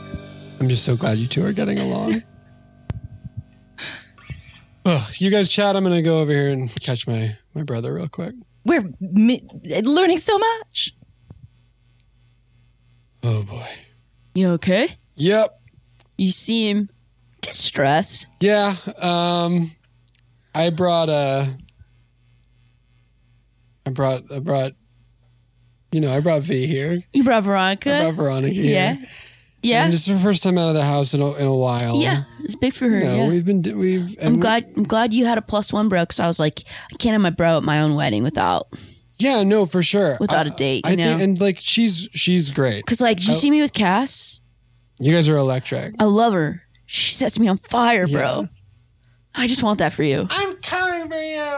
I'm just so glad you two are getting along. Ugh, you guys chat. I'm gonna go over here and catch my my brother real quick. We're mi- learning so much. Oh boy. You okay? Yep. You seem distressed. Yeah. Um, I brought uh I brought I brought. You know, I brought V here. You brought I Veronica? brought Veronica here. yeah. Yeah. And this is the first time out of the house in a, in a while. yeah. It's big for her. No, yeah. we've been do- we've. and I'm we- glad. I'm glad you had a plus one bro. Because I was like, I can't have my bro at my own wedding without Yeah. No, for sure. without a a date. I You think, know, and like she's she's great. because like, did you see me with Cass? You guys are electric. I love her. She sets me on fire, Yeah. bro. I just want that for you. I'm coming for you.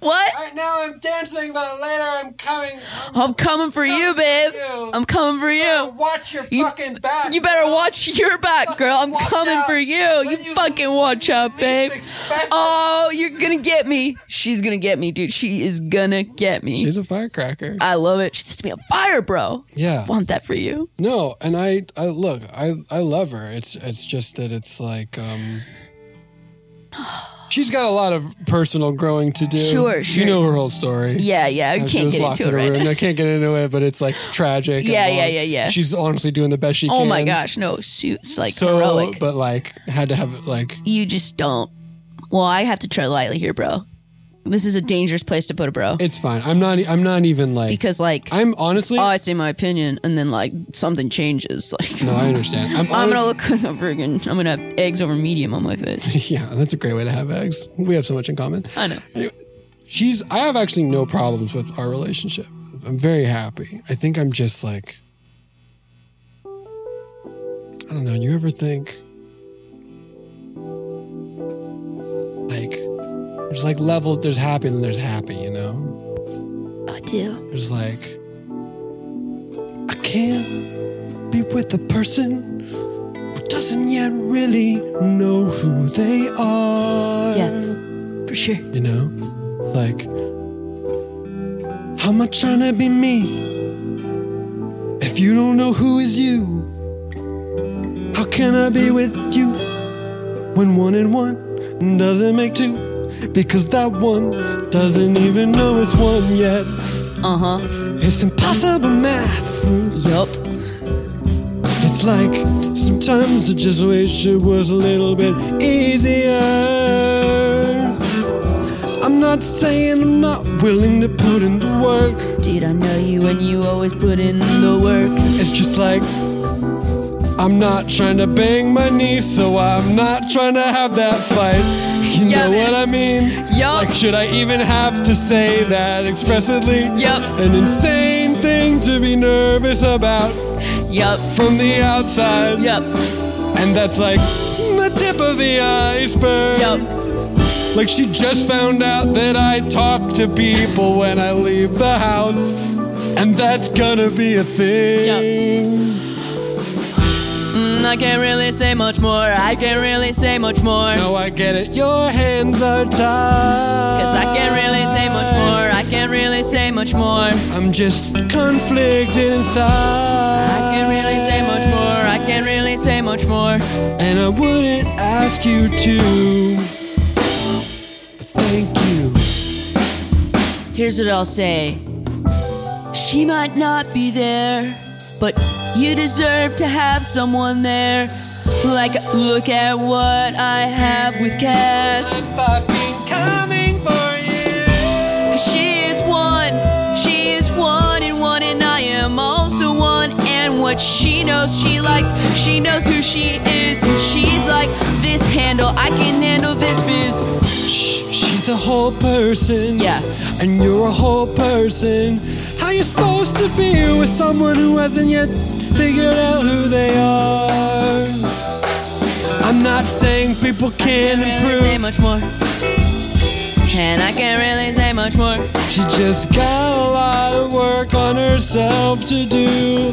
What? Right now I'm dancing, but later I'm coming. I'm coming for you, babe. you. I'm coming for you. Watch your You- fucking back. You better watch your back, girl. I'm Watch coming out. for you. You When you- fucking watch out, babe. expect it. Oh, you're gonna get me. She's gonna get me, dude. She is gonna get me. She's a firecracker. Uh, I love it. She sets me on fire, bro. Yeah. Want that for you? No, and I, I look, I, I love her. It's, it's just that it's like, um, she's got a lot of personal growing to do. Sure, sure. You know her whole story. Yeah, yeah. I How she can't was get locked into it in a right room. now. I can't get into it, but it's like tragic. and Yeah, yeah, long. yeah, yeah. She's honestly doing the best she can. Oh my gosh, no. She's like so, heroic. but like, had to have it like, you just don't. Well, I have to tread lightly here, bro. This is a dangerous place to put a bro. it's fine. I'm not, I'm not even like, Because like I'm honestly, oh, I say my opinion, and then like something changes. Like no, I understand. I'm, I'm honest- gonna look like a friggin' I'm gonna have eggs over medium on my face. Yeah, that's a great way to have eggs. We have so much in common. I know. She's I have actually no problems with our relationship. I'm very happy. I think I'm just like I don't know, you ever think like there's like levels there's happy and then there's happy, you know? I do. There's like I can't be with a person who doesn't yet really know who they are. Yeah. For sure. You know? It's like, how am I trying to be me? If you don't know who is you, how can I be with you? When one and one doesn't make two, because that one doesn't even know it's one yet. Uh-huh. It's impossible math. Yup. It's like sometimes I just wish it was a little bit easier. I'm not saying I'm not willing to put in the work. Dude, I know you and you always put in the work. It's just like I'm not trying to bang my knee, so I'm not trying to have that fight. You Yeah, know man. what I mean? Yup. Like, should I even have to say that expressly? Yup. An insane thing to be nervous about Yup. from the outside. Yup. And that's like the tip of the iceberg. Yup. Like she just found out that I talk to people when I leave the house. And that's gonna be a thing. Mm, I can't really say much more. I can't really say much more. No, I get it. Your hands are tied. Cause I can't really say much more. I can't really say much more. I'm just conflicted inside. I can't really say much more. I can't really say much more. And I wouldn't ask you to. But thank you. Here's what I'll say She might not be there, but you deserve to have someone there. Like, look at what I have with Cass. Fucking coming for you. Cause she is one, she is one and one, and I am also one. And what she knows, she likes, she knows who she is. And she's like, this handle, I can handle this biz. Sh- She's a whole person. Yeah. And you're a whole person. How you supposed to be with someone who hasn't yet figured out who they are? I'm not saying people can't Can't really say improve. much more. And I can't really say much more. She just got a lot of work on herself to do.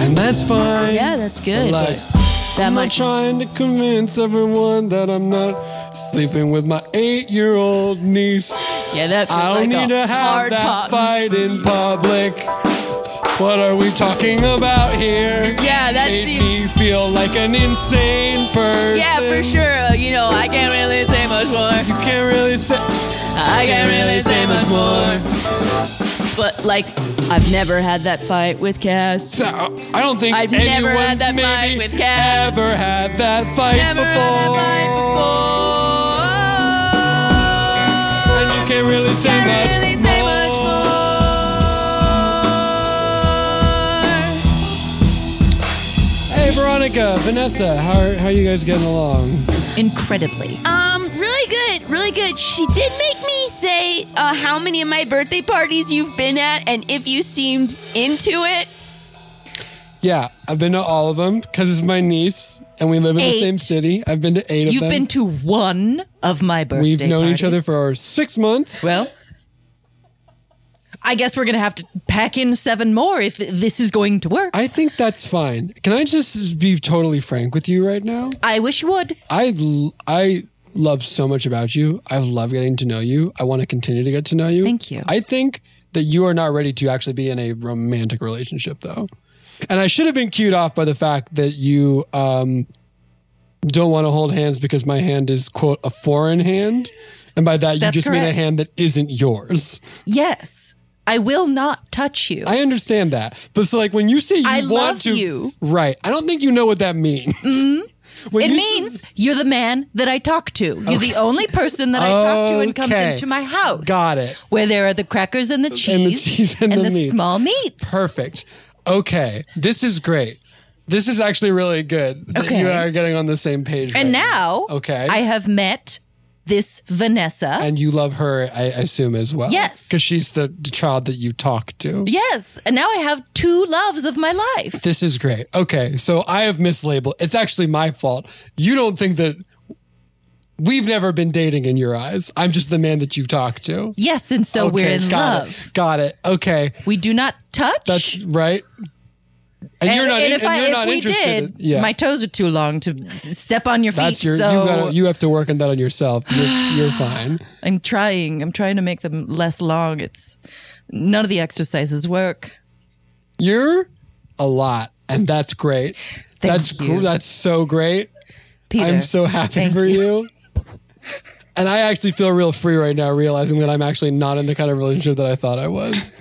And that's fine. Yeah, that's But, good. Like, that I'm not much. trying to convince everyone that I'm not sleeping with my eight year old niece. Yeah, that feels I don't like need a to have hard that talk. fight in public. What are we talking about here? Yeah, that Made me seems. feel like an insane person. Yeah, for sure. Uh, You know, I can't really say much more. You can't really say. I can't really say much more. But like, I've never had that fight with Cass. So, I don't think I've anyone's never had that maybe fight with Cass. ever had that fight Never before. had that fight before. And you can't really say Can't much really say much more. Hey, Veronica, Vanessa, how are, how are you guys getting along? Incredibly. Uh, Um, really good, really good. She did make me say uh, how many of my birthday parties you've been at and if you seemed into it. Yeah, I've been to all of them because it's my niece and we live in the Eight. same city. I've been to eight of You've them. been to one of my birthday We've known each parties. other for six months. Well, I guess we're going to have to pack in seven more if this is going to work. I think that's fine. Can I just be totally frank with you right now? I wish you would. I l- I love so much about you. I love getting to know you. I want to continue to get to know you. Thank you. I think that you are not ready to actually be in a romantic relationship though. And I should have been cued off by the fact that you um, don't want to hold hands because my hand is quote a foreign hand. And by that you That's just mean a correct. hand that isn't yours. Yes. I will not touch you. I understand that. But so like when you say you I want love to you. Mm-hmm. Right. I don't think you know what that means. When it you say- means you're the man that I talk to. You're the only person that I talk to and comes Okay. into my house. Got it. Where there are the crackers and the cheese and the cheese and, the, meat. small meats. Perfect. Okay. This is great. This is actually really good. that Okay. You and I are getting on the same page. right And now Okay. I have met this Vanessa. and you love her, I assume, as well. Yes. Because she's the, the child that you talk to. yes. And now I have two loves of my life. This is great. Okay. So I have mislabeled. It's actually my fault. You don't think that we've never been dating in your eyes. I'm just the man that you talk to. Yes, and so we're Okay, in got love. It. Got it. Okay. We do not touch. That's right. And, you're not, in- if, and I, you're if not we interested. did, in- yeah. my toes are too long to s- step on your feet. That's your. so you, gotta, you have to work on that on yourself. You're, you're fine. I'm trying. I'm trying to make them less long. It's none of the exercises work. You're a lot, and that's great. Thank that's you. cool. That's so great. Peter, I'm so happy thank for you. And I actually feel real free right now, realizing that I'm actually not in the kind of relationship that I thought I was.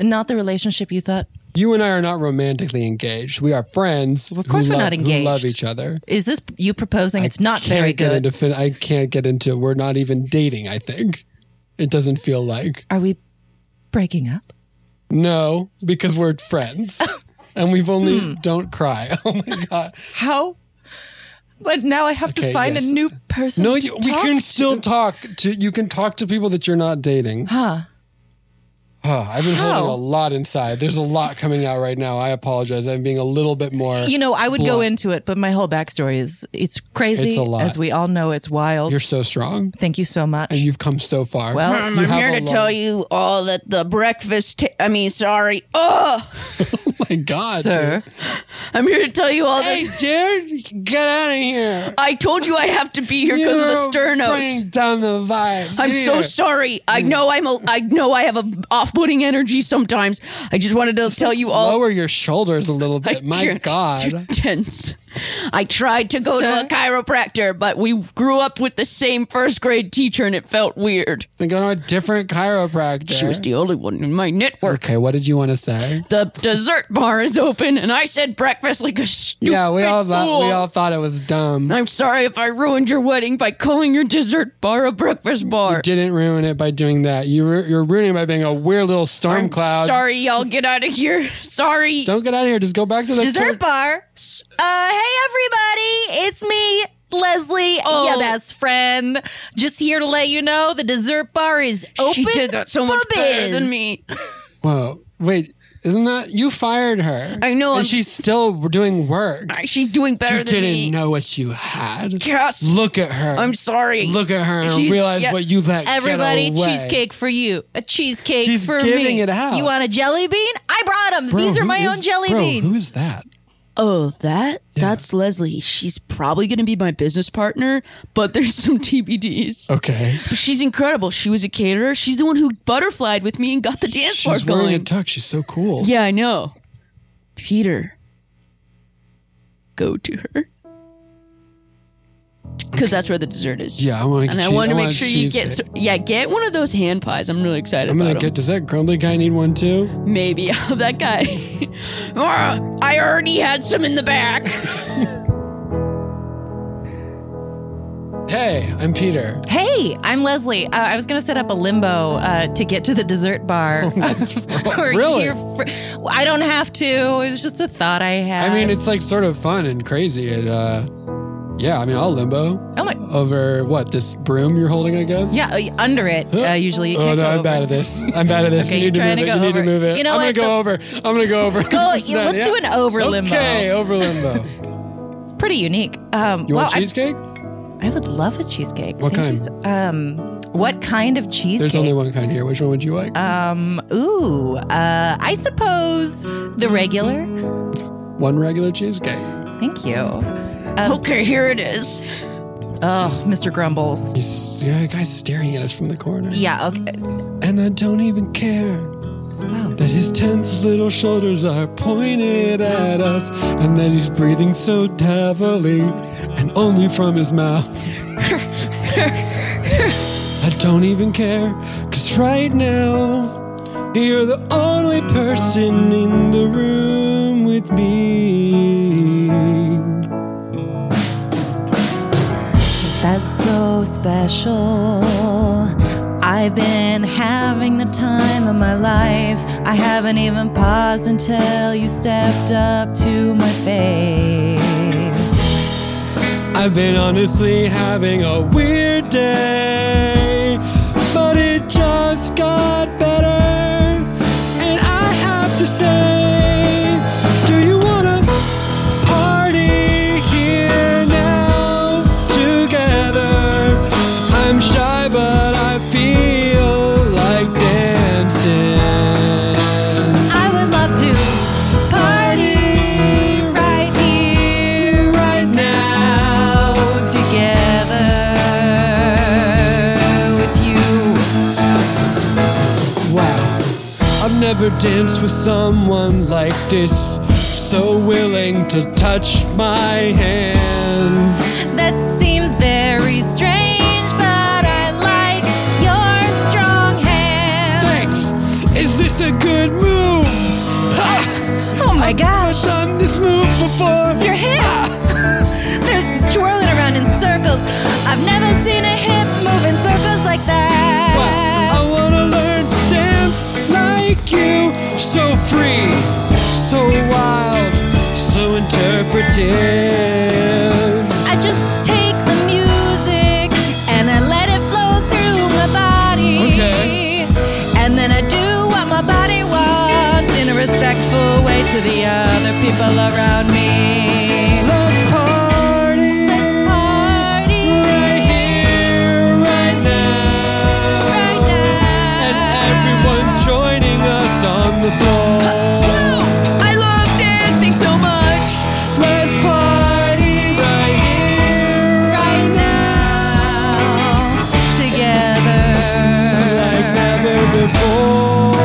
Not the relationship you thought. You and I are not romantically engaged. We are friends. Of course who we're love- not Who love engaged. each other. Is this you proposing? it's not Can't very get good. into fin- I can't get into. We're not even dating. I think it doesn't feel like. are we breaking up? No, because we're friends. and we've only don't cry. Oh my god. How? But now I have Okay, to find yes. a new person. No, to you, we talk can to. still talk to you can talk to people that you're not dating. Huh. Huh, I've been How? holding a lot inside. There's a lot coming out right now. I apologize. I'm being a little bit more You know, I would go blunt. into it, but my whole backstory is it's crazy. It's a lot. As we all know, it's wild. You're so strong Thank you so much. and you've come so far. Well, you I'm here to tell you all that the breakfast. ta- I mean, sorry. Oh, my god. sir. I'm here to tell you all dude. Hey, dude, get out of here. that. I told you I have to be here because of the sternos. Bring down the vibes. I'm so Here. sorry. I Hmm. know I'm a. I know I have a off-putting energy sometimes. I just wanted to tell you all. Lower your shoulders a little I bit. My can't God. do tense. I tried to go to Sir? a chiropractor, but we grew up with the same first grade teacher, and it felt weird. Then go to a different chiropractor. She was the only one in my network. Okay, what did you want to say? The dessert bar is open, and I said breakfast like a stupid Yeah, we all thought we fool. all thought it was dumb. I'm sorry if I ruined your wedding by calling your dessert bar a breakfast bar. Didn't ruin it by doing that. You ru- you're ruining it by being a weird little storm I'm cloud. sorry, y'all. Get out of here. Sorry. Don't get out of here. Just go back to the Dessert church. bar. Uh, hey, everybody. It's me, Leslie, your best friend. Just here to let you know the dessert bar is open. she did that so for much better biz. than me. Whoa, wait, isn't that you fired her? I know, and I'm- she's still doing work. She's doing better You than didn't me. know what you had. Cass, Look at her. I'm sorry. Look at her and She's- realize yeah. what you let get Everybody, away. cheesecake for you. A cheesecake She's for giving me. it out. You want a jelly bean? I brought them. Bro, These are who my is- own jelly bro, beans. Who's that? Oh, that? That's Leslie. She's probably going to be my business partner, but there's some Oh. TBDs. Okay, But she's incredible. She was a caterer. She's the one who butterflied with me and got the dance floor she's wearing a going. tux. She's so cool. yeah, I know. Peter, go to her. Because that's where the dessert is. Yeah, I want to. And I want to make sure you get, so, yeah, get one of those hand pies. I'm really excited I'm about gonna them. get. Does that grumbly guy need one too? Maybe oh, that guy. Ah, I already had some in the back. Hey, I'm Peter. Hey, I'm Leslie. Uh, I was going to set up a limbo uh, to get to the dessert bar. Oh, Or Really? your fr- Well, I don't have to. It was just a thought I had. I mean, it's like sort of fun and crazy. And uh, yeah, I mean, I'll limbo oh my, over what this broom you're holding, I guess. yeah, uh, under it. Uh, usually, you Oh can't no, go I'm over. bad at this. I'm bad at this. Okay, you need to you're move trying it. You to go need to over. move it. You know I'm what? gonna go over. I'm gonna go over. Go- let's do an over limbo. Okay, over limbo. It's pretty unique. Um, You wow, want I- cheesecake? I would love a cheesecake. What Thank you kind? so- um, what kind of cheesecake? There's only one kind here. Which one would you like? Um, ooh, uh, I suppose the regular. one regular cheesecake. Thank you. Um, Okay, here it is. Oh, Mr. Grumbles. He's, yeah, the guy's staring at us from the corner. Yeah. Okay. And I don't even care Wow. that his tense little shoulders are pointed at us and that he's breathing so heavily and only from his mouth. I don't even care, cause right now you're the only person in the room with me. That's so special. I've been having the time of my life. I haven't even paused until you stepped up to my face. I've been honestly having a weird day, but it just got better. And I have to say, do you wanna party here now together? I'm shy, but I feel like dancing. I would love to party right here, right now, together with you. Wow. I've never danced with someone like this. So willing to touch my hands. That seems very strange, but I like your strong hand. Thanks! Is this a good move? Oh my I've gosh, done this move before. your hips! They're swirling around in circles. I've never seen a hip move in circles like that. Wow. I wanna learn to dance like you. So free, so wild, so interpretive. I just take the music and I let it flow through my body. Okay. And then I do what my body wants in a respectful way to the other people around me. Let's party. Let's party Right here, right now. right now. And everyone's joining us on the floor. I love dancing so much. Let's party right here, right now. together. Like never before.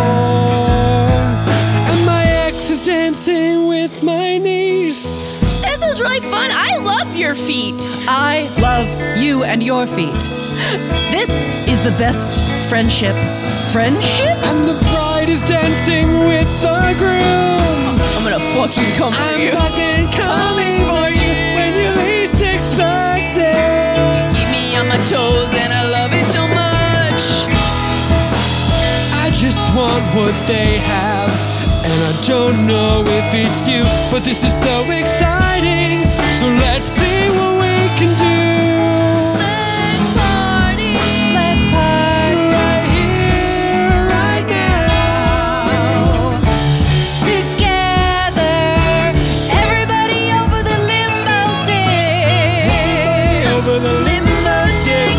And my ex is dancing with my niece. This is really fun. I love your feet. I love you and your feet. This is the best friendship. Friendship? And the bride is dancing with the groom. I'm gonna fucking come for I'm you. fucking coming for you when you least expect it. Keep me on my toes, and I love it so much. I just want what they have, and I don't know if it's you, but this is so exciting. So let's see what we can do. Let's party. Let's party Right here, right now. together. Everybody over the limbo Hey, stick. over the limbo stick.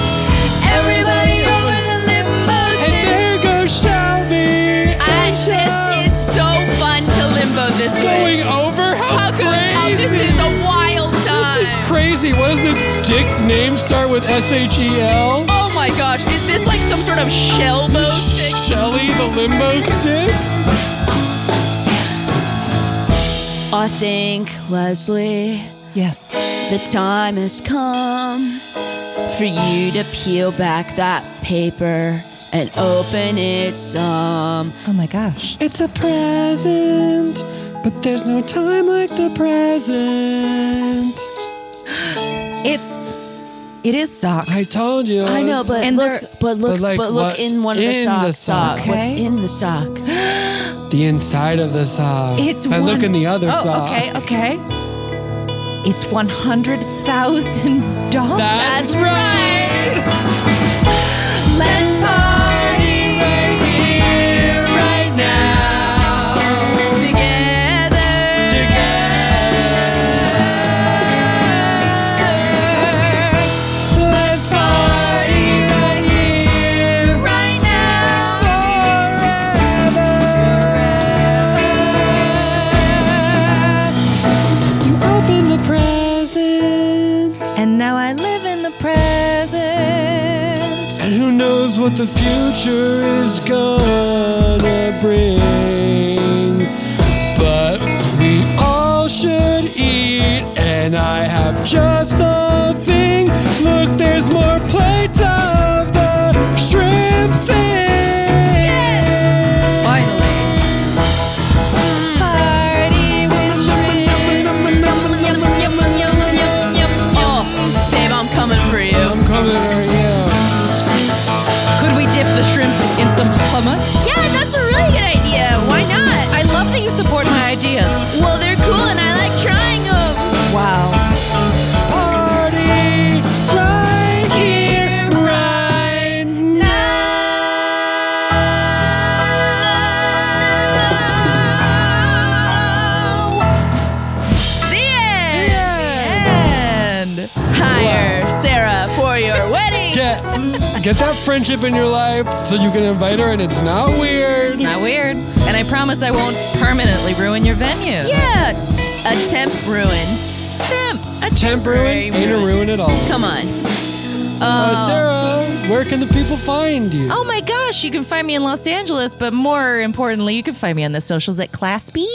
Everybody over the Limbo And stick. there goes Shelby. Oh, and I, this is so fun to limbo this way. going over. How How good. How crazy! this is a wild time. This is crazy. What does this stick's name start with? S H E L. Oh my gosh, is this like some sort of shell boat stick? Shelly the limbo stick. I think, Leslie, Yes. the time has come for you to peel back that paper and open it some. Oh my gosh. It's a present, but there's no time like the present. It's. It is socks. I told you. I know, but And look, they're- but look, but, but, like, look what's in one of the in the socks. sock? sock. What's Okay. in the sock? the inside of the sock. It's If I look one- in the other oh, sock. Okay, okay. It's one hundred thousand dollars. That's right. Let's party right here, right now. Together. Together. live in the present. And who knows what the future is gonna bring. But we all should eat, and I have just the thing. Look, there's more plates of the shrimp thing. Finally. Party with Oh, babe, I'm coming for you. I'm coming for you. Could we dip the shrimp in some hummus? Yeah, that's a really good idea. Why not? I love that you support my ideas. Well, they're cool and I like trying them. Wow. Party right here, right The end. The end. Hire Sarah for your wedding. Get, get that friendship in your life so you can invite her and it's not weird. Not weird. And I promise I won't permanently ruin your venue. Yeah, a temp ruin. Temp. A Temporary ain't a ruin at all. Come on. Uh, Sarah, where can the people find you? Oh my gosh, you can find me in Los Angeles, but more importantly, you can find me on the socials at Class B.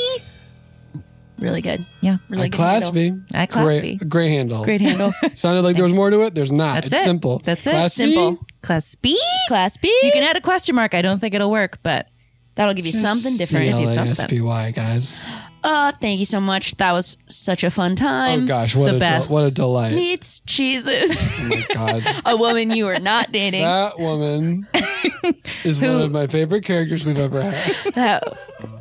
Really good. Yeah, Really At good. Class handle. B. At Class great, B. Great handle. Great handle. Sounded like there was more to it. There's not. That's it's it. simple. That's it. Class B? Simple. Class B. Class B. You can add a question mark. I don't think it'll work, but That'll give you something different. C-L-A-S-P-Y, guys. Oh, Uh, thank you so much. That was such a fun time. Oh gosh, what the a del- best. what a delight. Meets Jesus, Oh my god. a woman you are not dating. That woman is one of my favorite characters we've ever had. Uh,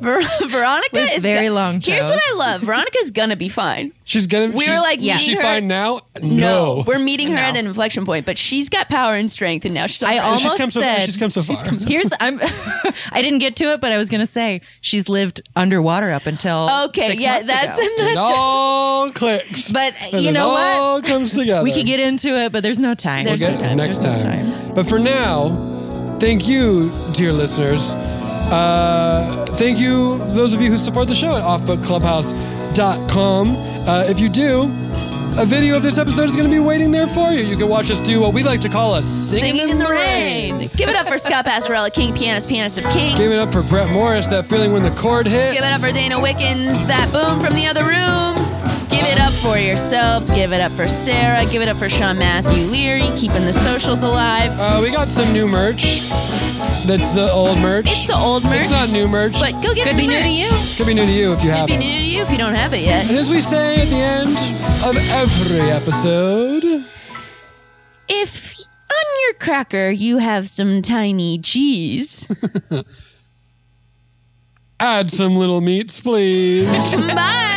Ver- Veronica With is very long Here's toes. what I love. Veronica's gonna be fine. She's gonna. We she's- were like, is she meeting her- fine now? No, we're meeting her at an inflection point, but she's got power and strength, and now she's. I all almost she's come so- said she's come so far. Here's I'm. I didn't get to it, but I was gonna say she's lived underwater up until okay. six Yeah, months that's ago. it all clicks. But And you it know what? all comes together. We could get into it, but there's no time. There's We'll no get time. next There's no time. But for now, thank you, dear listeners. Uh, thank you, those of you who support the show at offbookclubhouse.com. Uh, if you do, a video of this episode is going to be waiting there for you. You can watch us do what we like to call a singing, singing in the rain. Give it up for Scott Passarella, King Pianist, Pianist of Kings. Give it up for Brett Morris, that feeling when the chord hits. Give it up for Dana Wickens, that boom from the other room. Give it up for yourselves. Give it up for Sarah. Give it up for Sean Matthew Leary, keeping the socials alive. Uh, we got some new merch. That's the old merch. It's the old merch, It's not new merch. but go get Could some be new merch. to you. Could be new to you if you Could haven't. be new to you if you don't have it yet. And as we say at the end of every episode, If on your cracker you have some tiny cheese, add some little meats, please. bye.